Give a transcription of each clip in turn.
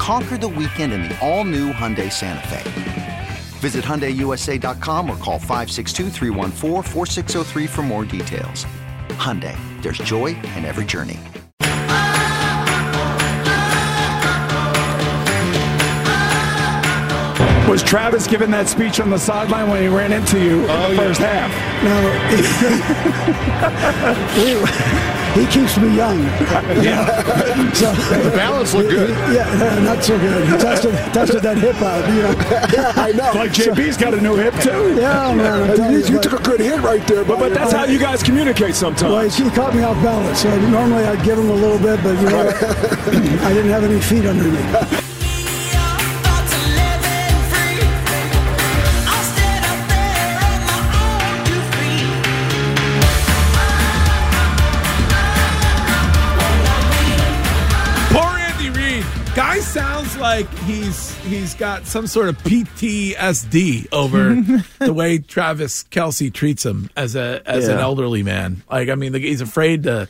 Conquer the weekend in the all new Hyundai Santa Fe. Visit HyundaiUSA.com or call 562-314-4603 for more details. Hyundai, there's joy in every journey. Was Travis giving that speech on the sideline when he ran into you Oh, in the first half? No, he, he, he keeps me young. Yeah. so, the balance looked good. Yeah, no, not so good. He tested, tested that hip out. You know. Yeah, I know. Like JB's got a new hip too. yeah, man. I'm telling you, but- a good hit right there, But, but that's how you guys communicate Well, sometimes. he caught me off balance. So normally I'd give him a little bit, but you know, I didn't have any feet under me. Poor Andy Reid. Guy sounds like he's he's got some sort of PTSD over the way Travis Kelsey treats him as a as an elderly man. Like I mean, the, he's afraid to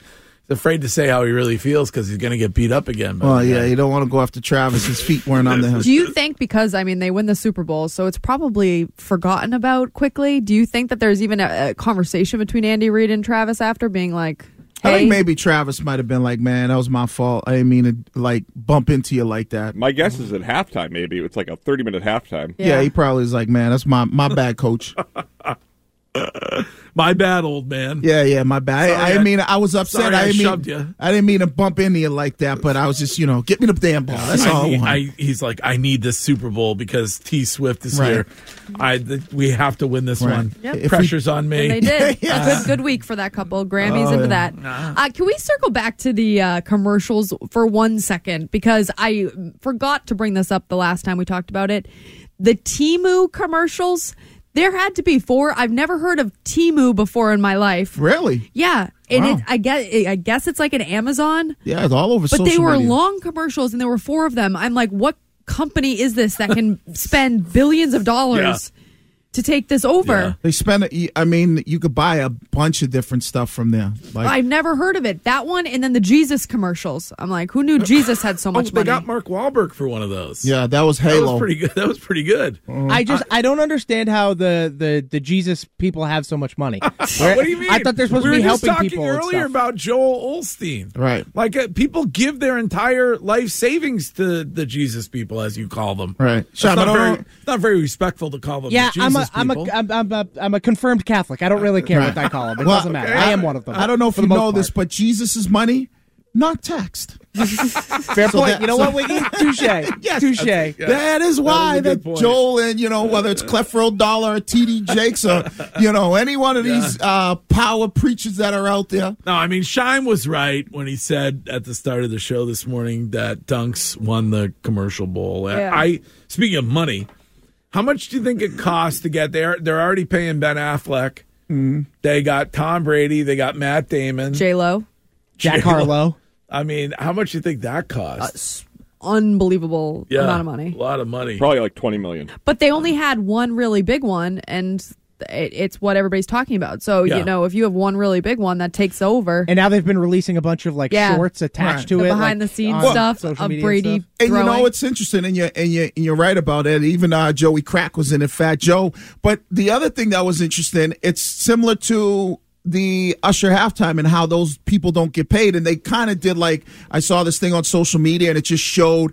he's afraid to say how he really feels because he's going to get beat up again. by Well, the yeah, guy. you don't want to go after Travis. His feet weren't on the Do you think because I mean they win the Super Bowl, so it's probably forgotten about quickly? Do you think that there's even a, a conversation between Andy Reid and Travis after being like, I "Hey, think maybe Travis might have been like, "Man, that was my fault. I didn't mean to like bump into you like that." My guess is at halftime, maybe it's like a thirty-minute halftime. Yeah, he probably is like, "Man, that's my my bad, coach." my bad, old man. yeah, yeah, my bad. I- I, Sorry, I- didn't mean I was upset. sorry I didn't shoved mean you. I didn't mean to bump into you like that, but I was just you know, get me the damn ball. That's I all. I need- want. I- he's like, I need this Super Bowl because T Swift is Right. here. I th- we have to win this Right. one. Yep. If we- Pressure's on me. And they did. A good, good week for that couple. Grammys Oh, into that. Uh, can we circle back to the uh, commercials for one second? Because I forgot to bring this up the last time we talked about it. The Timu commercials, there had to be four. I've never heard of Timu before in my life. really? Yeah. And Wow. it, I, guess, I guess it's like an Amazon, Yeah, it's all over. but social they were media. long commercials and there were four of them. I'm like, what company is this that can spend billions of dollars to take this over? Yeah. They spent. a- I mean, you could buy a bunch of different stuff from there. Like, I've never heard of it. That one and then the Jesus commercials. I'm like, who knew Jesus had so Oh, much they money? got Mark Wahlberg for one of those. yeah, that was That Halo. Uh, was pretty good. That was pretty good. I just I, don't understand how the, the the Jesus people have so much money. What do you mean? I thought they're supposed we to be were just helping talking people. and earlier stuff. about Joel Olstein. Right. Like uh, people give their entire life savings to the Jesus people, as you call them. Right. It's Sean, not, I don't- very, it's not very respectful to call them. yeah, the I'm Jesus a I'm a people. I'm, I'm a I'm a confirmed Catholic. I don't really care Right. what I call them. It Well, doesn't matter. I am one of them. I don't know if for you the know most this, part. but Jesus' money not taxed. fair so point. that- you know so- what, Wiggy? Touche. Yes. Touche. That was is why a good that, point. Joel and you know whether it's Clefro Dollar or TD Jakes or you know any one of these uh, power preachers that are out there. no, I mean Shime was right when he said at the start of the show this morning that Dunks won the commercial bowl. I- Yeah. I speaking of money, how much do you think it costs to get there? They're already paying Ben Affleck. They got Tom Brady. They got Matt Damon. J Lo, Jack Harlow. Uh, I mean, how much do you think that costs? unbelievable amount of money. A lot of money. Probably like twenty million. But they only had one really big one, and it, it's what everybody's talking about. So Yeah. you know, if you have one really big one that takes over, And now they've been releasing a bunch of like Yeah. shorts attached Right. to the it, behind like, the scenes on stuff social of media Brady And stuff. And you know throwing. it's interesting, and you and you and you're right about it. Even uh, Joey Crack was in it, Fat Joe. But the other thing that was interesting, it's similar to the Usher halftime and how those people don't get paid, and they kind of did like I saw this thing on social media, and it just showed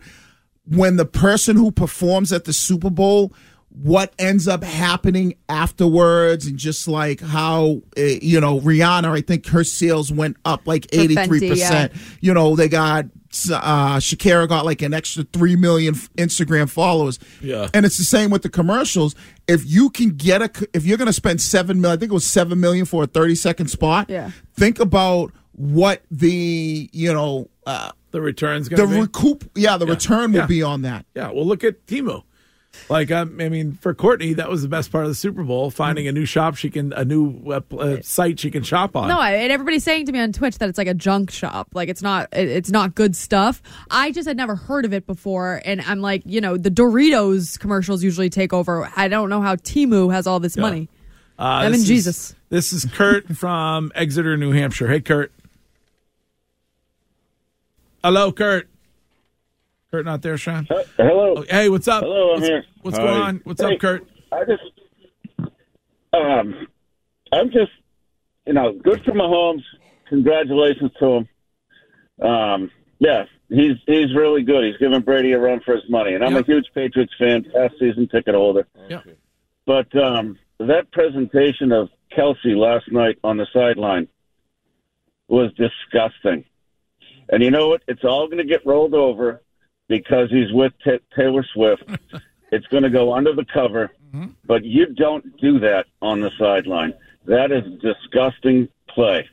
when the person who performs at the Super Bowl what ends up happening afterwards and just like how uh, you know Rihanna I think her sales went up like Fenty, 83%. yeah. You know, they got uh Shakira got like an extra 3 million f- Instagram followers. Yeah. And it's the same with the commercials. If you can get a c- if you're going to spend 7 million I think it was 7 million for a 30 second spot. Yeah. Think about what the, you know, uh The return's the going to be. recoup yeah, the return will Yeah. be on that. yeah, well, look at Timo. Like um, I mean, for Courtney, that was the best part of the Super Bowl: finding a new shop she can, a new uh, pl- uh, site she can shop on. No, I, and everybody's saying to me on Twitch that it's like a junk shop. Like it's not, it, it's not good stuff. I just had never heard of it before, and I'm like, you know, the Doritos commercials usually take over. I don't know how Timu has all this money. Uh, I'm this in is- Jesus. This is Kurt from Exeter, New Hampshire. Hey, Kurt. Hello, Kurt. Kurt, not there, Sean. Hello. Oh, Hey, what's up? Hello, I'm what's, here. What's Hi. going on? What's Hey. up, Kurt? I just, um, I'm just, you know, good for Mahomes. Congratulations to him. Um, yeah, he's he's really good. He's giving Brady a run for his money, and I'm Yeah. a huge Patriots fan, past season ticket holder. Yeah. But um, that presentation of Kelsey last night on the sideline was disgusting. And you know what? It's all going to get rolled over because he's with Ta Taylor Swift. it's going to go under the cover, but you don't do that on the sideline. That is disgusting play.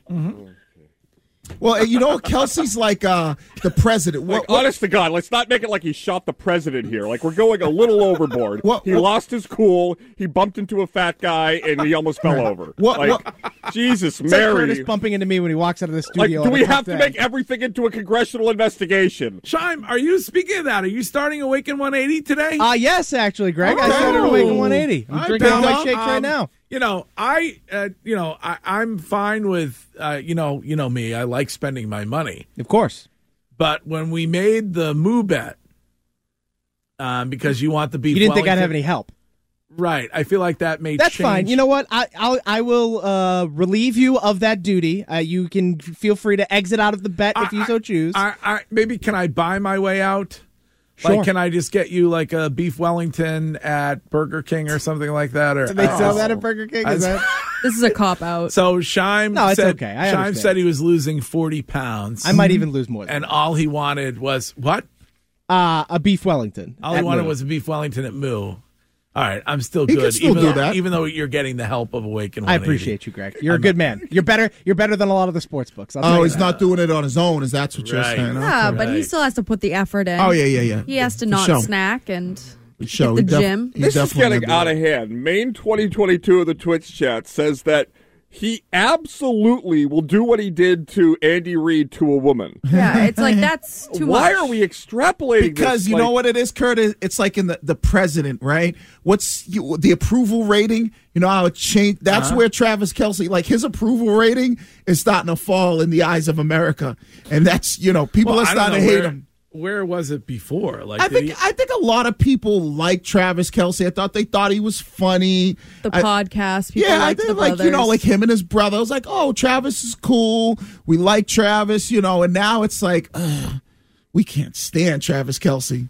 Well, you know, Kelsey's like uh, the president. What, Like, honest to God, let's not make it like he shot the president here. Like we're going a little overboard. What- he what- lost his cool. He bumped into a fat guy and he almost fell over. What- Like, Jesus, It's like Mary. Curtis bumping into me when he walks out of the like, studio. do on we the have to top make end. everything into a congressional investigation? Chime, are you speaking of that? Are you starting Awaken 180 today? Ah, yes, actually, Greg. I started Oh. awake at 180. I'm All right, drinking all Bill. my shakes right Um, now. You know, I, uh, you know, I, I'm fine with, uh, you know, you know me. I like spending my money, Of course. but when we made the Moo bet, um, because you want the beef, You didn't think I'd have Wellington- any help. Right, I feel like that may. That's change. fine. You know what? I I'll, I will uh, relieve you of that duty. Uh, you can feel free to exit out of the bet if you so choose. I, I maybe can I buy my way out? Sure. Like, can I just get you like a beef Wellington at Burger King or something like that? Or they sell Oh. that at Burger King. Is I- that? This is a cop out. So Shime No, it's said, okay. I Shime understand. said he was losing forty pounds. I might even lose more. Than and all he wanted was what? uh, a beef Wellington. All he at wanted noon. was a beef Wellington at Moo. All right, I'm still He good. can still even do though, that. even though you're getting the help of Awaken. I appreciate you, Greg. You're a good man. You're better. You're better than a lot of the sports books. I'll tell oh, you he's that. not doing it on his own. Is that's what you're Right. saying? yeah, Right. Okay. but he still has to put the effort in. Oh yeah, yeah, yeah. He has to For not sure. snack and For sure. the He def- gym. he This is definitely getting gonna out do of hand. Main 2022 of the Twitch chat says that he absolutely will do what he did to Andy Reid to a woman. yeah, it's like that's too Why much. are we extrapolating it. because this? you Like, know what it is, Kurt. It- It's like in the, the president, right? What's you, the approval rating? You know how it changed. That's Uh-huh. where Travis Kelsey, like his approval rating, is starting to fall in the eyes of America, and that's you know people Well, are I don't know starting to hate where, him. Where was it before? Like, I did think he- I think a lot of people like Travis Kelsey. I thought they thought he was funny. The I- podcast. People yeah, I liked think the like you know, brothers. like him and his brother. I was like, oh, Travis is cool. We like Travis, you know. And now it's like, ugh, we can't stand Travis Kelsey.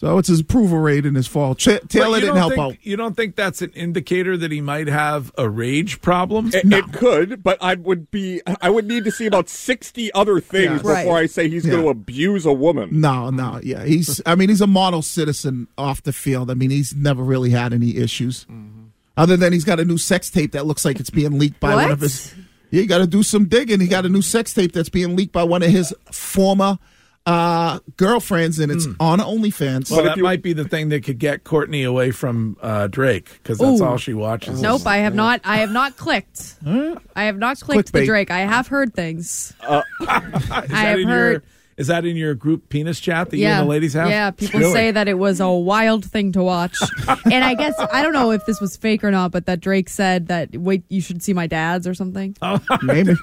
So it's his approval rating his fault. Ch- Mm-hmm. But Taylor you didn't don't help think- out. You don't think that's an indicator that he might have a rage problem? It, it could, but I would be. I would need to see about sixty other things before Right. I say he's going to Yeah. abuse a woman. No, Mm. no, yeah, he's. I mean, he's a model citizen off the field. I mean, he's never really had any issues, Mm-hmm. other than he's got a new sex tape that looks like it's being leaked by one What? of his. Yeah, you got to do some digging. He got a new sex tape that's being leaked by one of his former uh, girlfriends, and it's on OnlyFans. Mm. Well, if that you- might be the thing that could get Courtney away from uh, Drake because that's Ooh. all she watches. Nope, I have not. I have not clicked. I have not clicked clickbait. the Drake. I have heard things. Uh, Is I that have in Your, heard- is that in your group penis chat that you yeah, and the ladies have? yeah. People Really? say that it was a wild thing to watch, and I guess I don't know if this was fake or not, but that Drake said that wait, you should see my dad's or something. Maybe.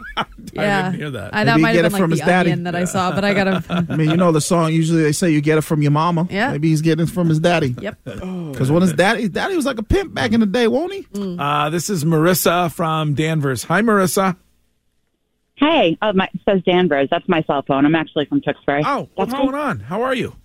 yeah, didn't hear that. I, Maybe that he might have get it been like from the his daddy. onion that I saw, but I got him. I mean, you know the song. Usually, they say you get it from your mama. Yeah. Maybe he's getting it from his daddy. yep. Because when his daddy, his daddy was like a pimp back in the day, won't he? Uh, this is Marissa from Danvers. Hi, Marissa. Hey, oh, my, it says Danvers. Oh, That's my cell phone. I'm actually from Tewksbury. Oh, what's going on? How are you?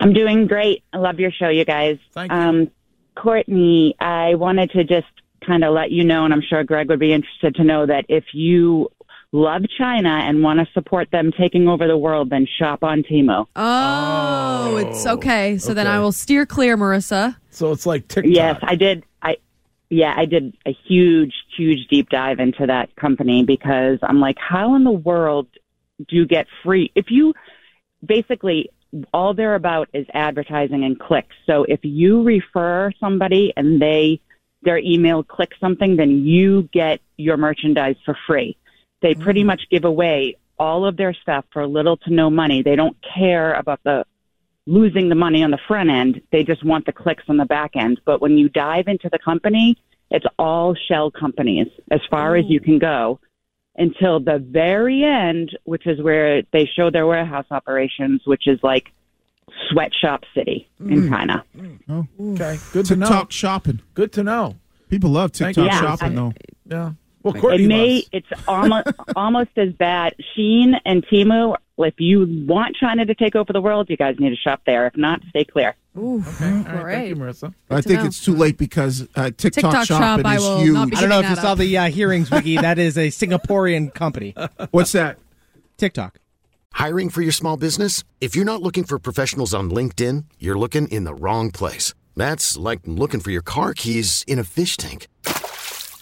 I'm doing great. I love your show, you guys. Thank you. Um, Courtney, I wanted to just kind of let you know, and I'm sure Greg would be interested to know that if you love China and want to support them taking over the world, then shop on Timo. Oh, it's okay. So then I will steer clear, Marissa. So it's like TikTok. Yes, I did. I yeah, I did a huge, huge deep dive into that company because I'm like, how in the world do you get free if you basically all they're about is advertising and clicks. So if you refer somebody and they their email clicks something, then you get your merchandise for free. They Mm. pretty much give away all of their stuff for little to no money. They don't care about the losing the money on the front end. They just want the clicks on the back end. But when you dive into the company, it's all shell companies as far as Mm. you can go until the very end, which is where they show their warehouse operations, which is like sweatshop city in Mm. China. Oh, okay. Good to know. TikTok shopping. Good to know. People love Thank TikTok you. Yeah, shopping, I- though. Yeah. Well, it Courtney may, loves- it's almost almost as bad. Sheen and Timu. If you want China to take over the world, you guys need to shop there. If not, stay clear. Ooh, All right, thank you, Marissa. I think it's too late because uh, TikTok, shopping is huge. I don't know if you saw the uh, hearings, Wiki. that is a Singaporean company. What's that? TikTok. Hiring for your small business? If you're not looking for professionals on LinkedIn, you're looking in the wrong place. That's like looking for your car keys in a fish tank.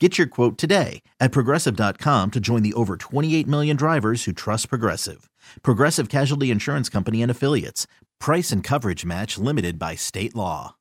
Get your quote today at progressive.com to join the over 28 million drivers who trust Progressive. Progressive Casualty Insurance Company and Affiliates. Price and coverage match limited by state law.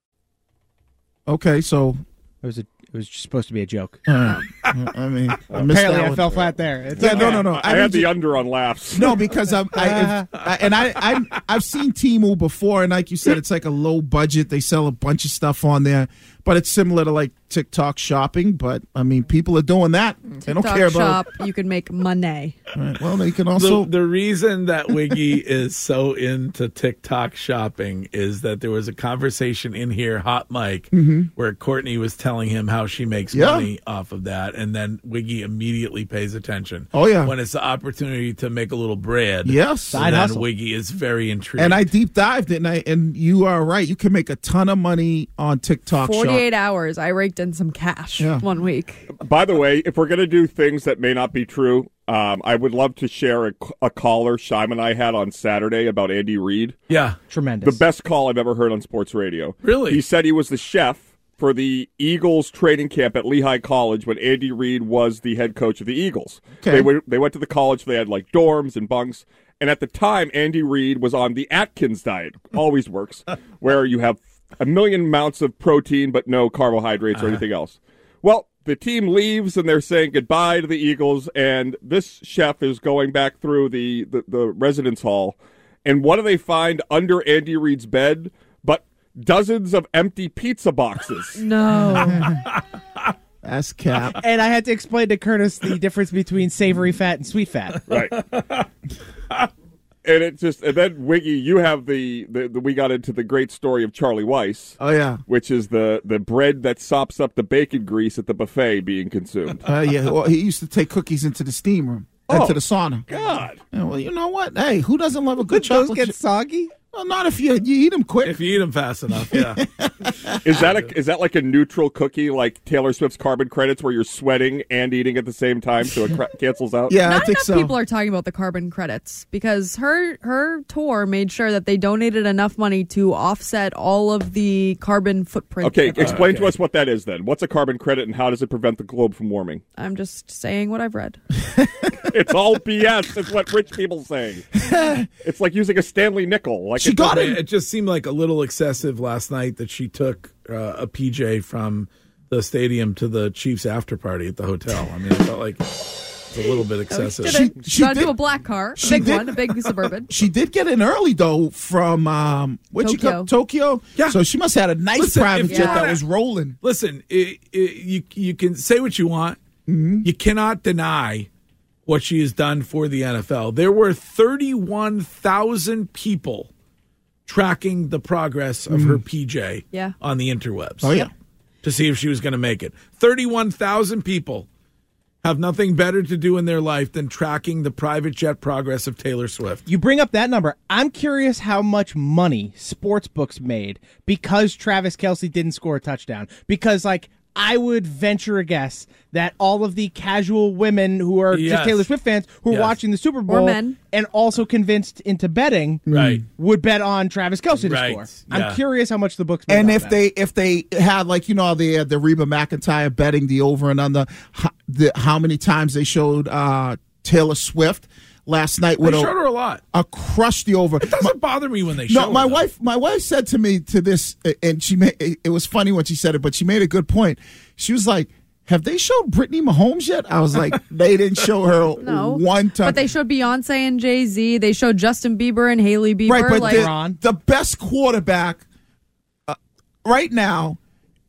Okay, so It was a, it was supposed to be a joke. Uh, I mean, I missed Apparently, that I one. fell flat there. It's Yeah, okay. no, no, no. I, had the under on laughs. No, because I'm, I, if, I and I, I'm, I've seen Timu before, and like you said, it's like a low budget. They sell a bunch of stuff on there, but it's similar to like TikTok shopping. But I mean, people are doing that. they don't TikTok care shop, about. you can make money. All right, well, they can also. the, the reason that Wiggy is so into TikTok shopping is that there was a conversation in here, hot mic, Mhm. where Courtney was telling him how she makes Yeah. money off of that, and then Wiggy immediately pays attention. Oh, yeah. when it's the opportunity to make a little bread, Yes. Side and then hustle. Wiggy is very intrigued. and I deep dived it, and I, and you are right. You can make a ton of money on TikTok. shop. 48 hours. I raked in some cash one week. By the way, if we're going to do things that may not be true, um, I would love to share a, a caller Shime and I had on Saturday about Andy Reid. yeah, tremendous. The best call I've ever heard on sports radio. Really? He said he was the chef for the Eagles training camp at Lehigh College when Andy Reid was the head coach of the Eagles. Okay. They, went, they went to the college, they had like dorms and bunks. And at the time, Andy Reid was on the Atkins diet, always works, where you have a million amounts of protein but no carbohydrates or anything else. Well, the team leaves and they're saying goodbye to the Eagles, and this chef is going back through the, the, the residence hall. And what do they find under Andy Reid's bed but dozens of empty pizza boxes? No. That's cap. And I had to explain to Curtis the difference between savory fat and sweet fat. right. and it just, and then Wiggy, you have the, the, the, we got into the great story of Charlie Weiss, Oh yeah. which is the, the bread that sops up the bacon grease at the buffet being consumed. Uh, yeah. Well, he used to take cookies into the steam room, into the sauna. God. Yeah, well, you know what? Hey, who doesn't love a good Did those chocolate? get chip? soggy? Well, not if you you eat them quick. If you eat them fast enough, yeah. Is that a, is that like a neutral cookie, like Taylor Swift's carbon credits, where you're sweating and eating at the same time, so it cra- cancels out? Not enough people are talking about the carbon credits because her her tour made sure that they donated enough money to offset all of the carbon footprint. Oh, Okay, of the- explain to us what that is then. What's a carbon credit, and how does it prevent the globe from warming? I'm just saying what I've read. it's all BS. It's what rich people say. It's like using a Stanley nickel. Like it doesn't- It just seemed like a little excessive last night that she took uh, a PJ from the stadium to the Chiefs after party at the hotel. I mean, it felt like it's a little Oh, bit excessive. She, she got into did- a black car, a she big did- one, a big suburban. She did get in early though from um what you call Tokyo. Yeah. So she must have had a nice Listen, private if you jet wanna- that was rolling. Listen, i i you you can say what you want. Mm-hmm. You cannot deny what she has done for the NFL. There were 31,000 people tracking the progress of her PJ Yeah. on the interwebs. Mm-hmm. Oh, yeah. To see if she was going to make it. 31,000 people have nothing better to do in their life than tracking the private jet progress of Taylor Swift. You bring up that number. I'm curious how much money sports books made because Travis Kelsey didn't score a touchdown. Because, like, I would venture a guess that all of the casual women who are Yes. just Taylor Swift fans who Yes. are watching the Super Bowl men. and also convinced into betting Mm. Right. would bet on Travis Kelsey to Right. score. Yeah. I'm curious how much the books made And on if that. they if they had like you know the the Reba McIntyre betting the over and under, how, the, how many times they showed uh Taylor Swift last night They would showed her a lot. a crush the over. It doesn't bother me when they show No, my her, though. wife, my wife said to me to this, and she made it it was funny when she said it, but she made a good point. She was like, "Have they showed Brittany Mahomes yet?" I was like, "They didn't show her No, one time." But they showed Beyonce and Jay Z. They showed Justin Bieber and Haley Bieber. right, but like, the, the best quarterback uh, right now,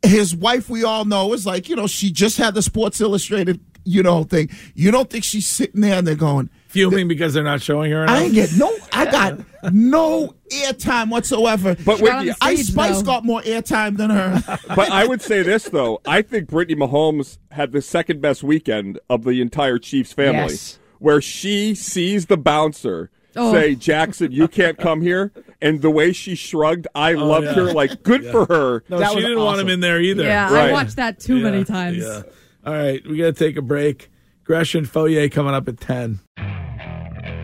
his wife, we all know, is like you know she just had the Sports Illustrated you know thing. You don't think she's sitting there and they're going. Fuming because they're not showing her. I enough? ain't get no. I got no airtime whatsoever. But Not Whitney- on Ice stage, Spice though. got more airtime than her. but I would say this though. I think Brittany Mahomes had the second best weekend of the entire Chiefs family, Yes. where she sees the bouncer Oh. say, "Jackson, you can't come here," and the way she shrugged, I loved Oh, yeah. her. Like, good for her. No, she didn't want him in there either. Yeah, I watched that too many times. Yeah. All right, we got to take a break. Gresham Foyer coming up at 10.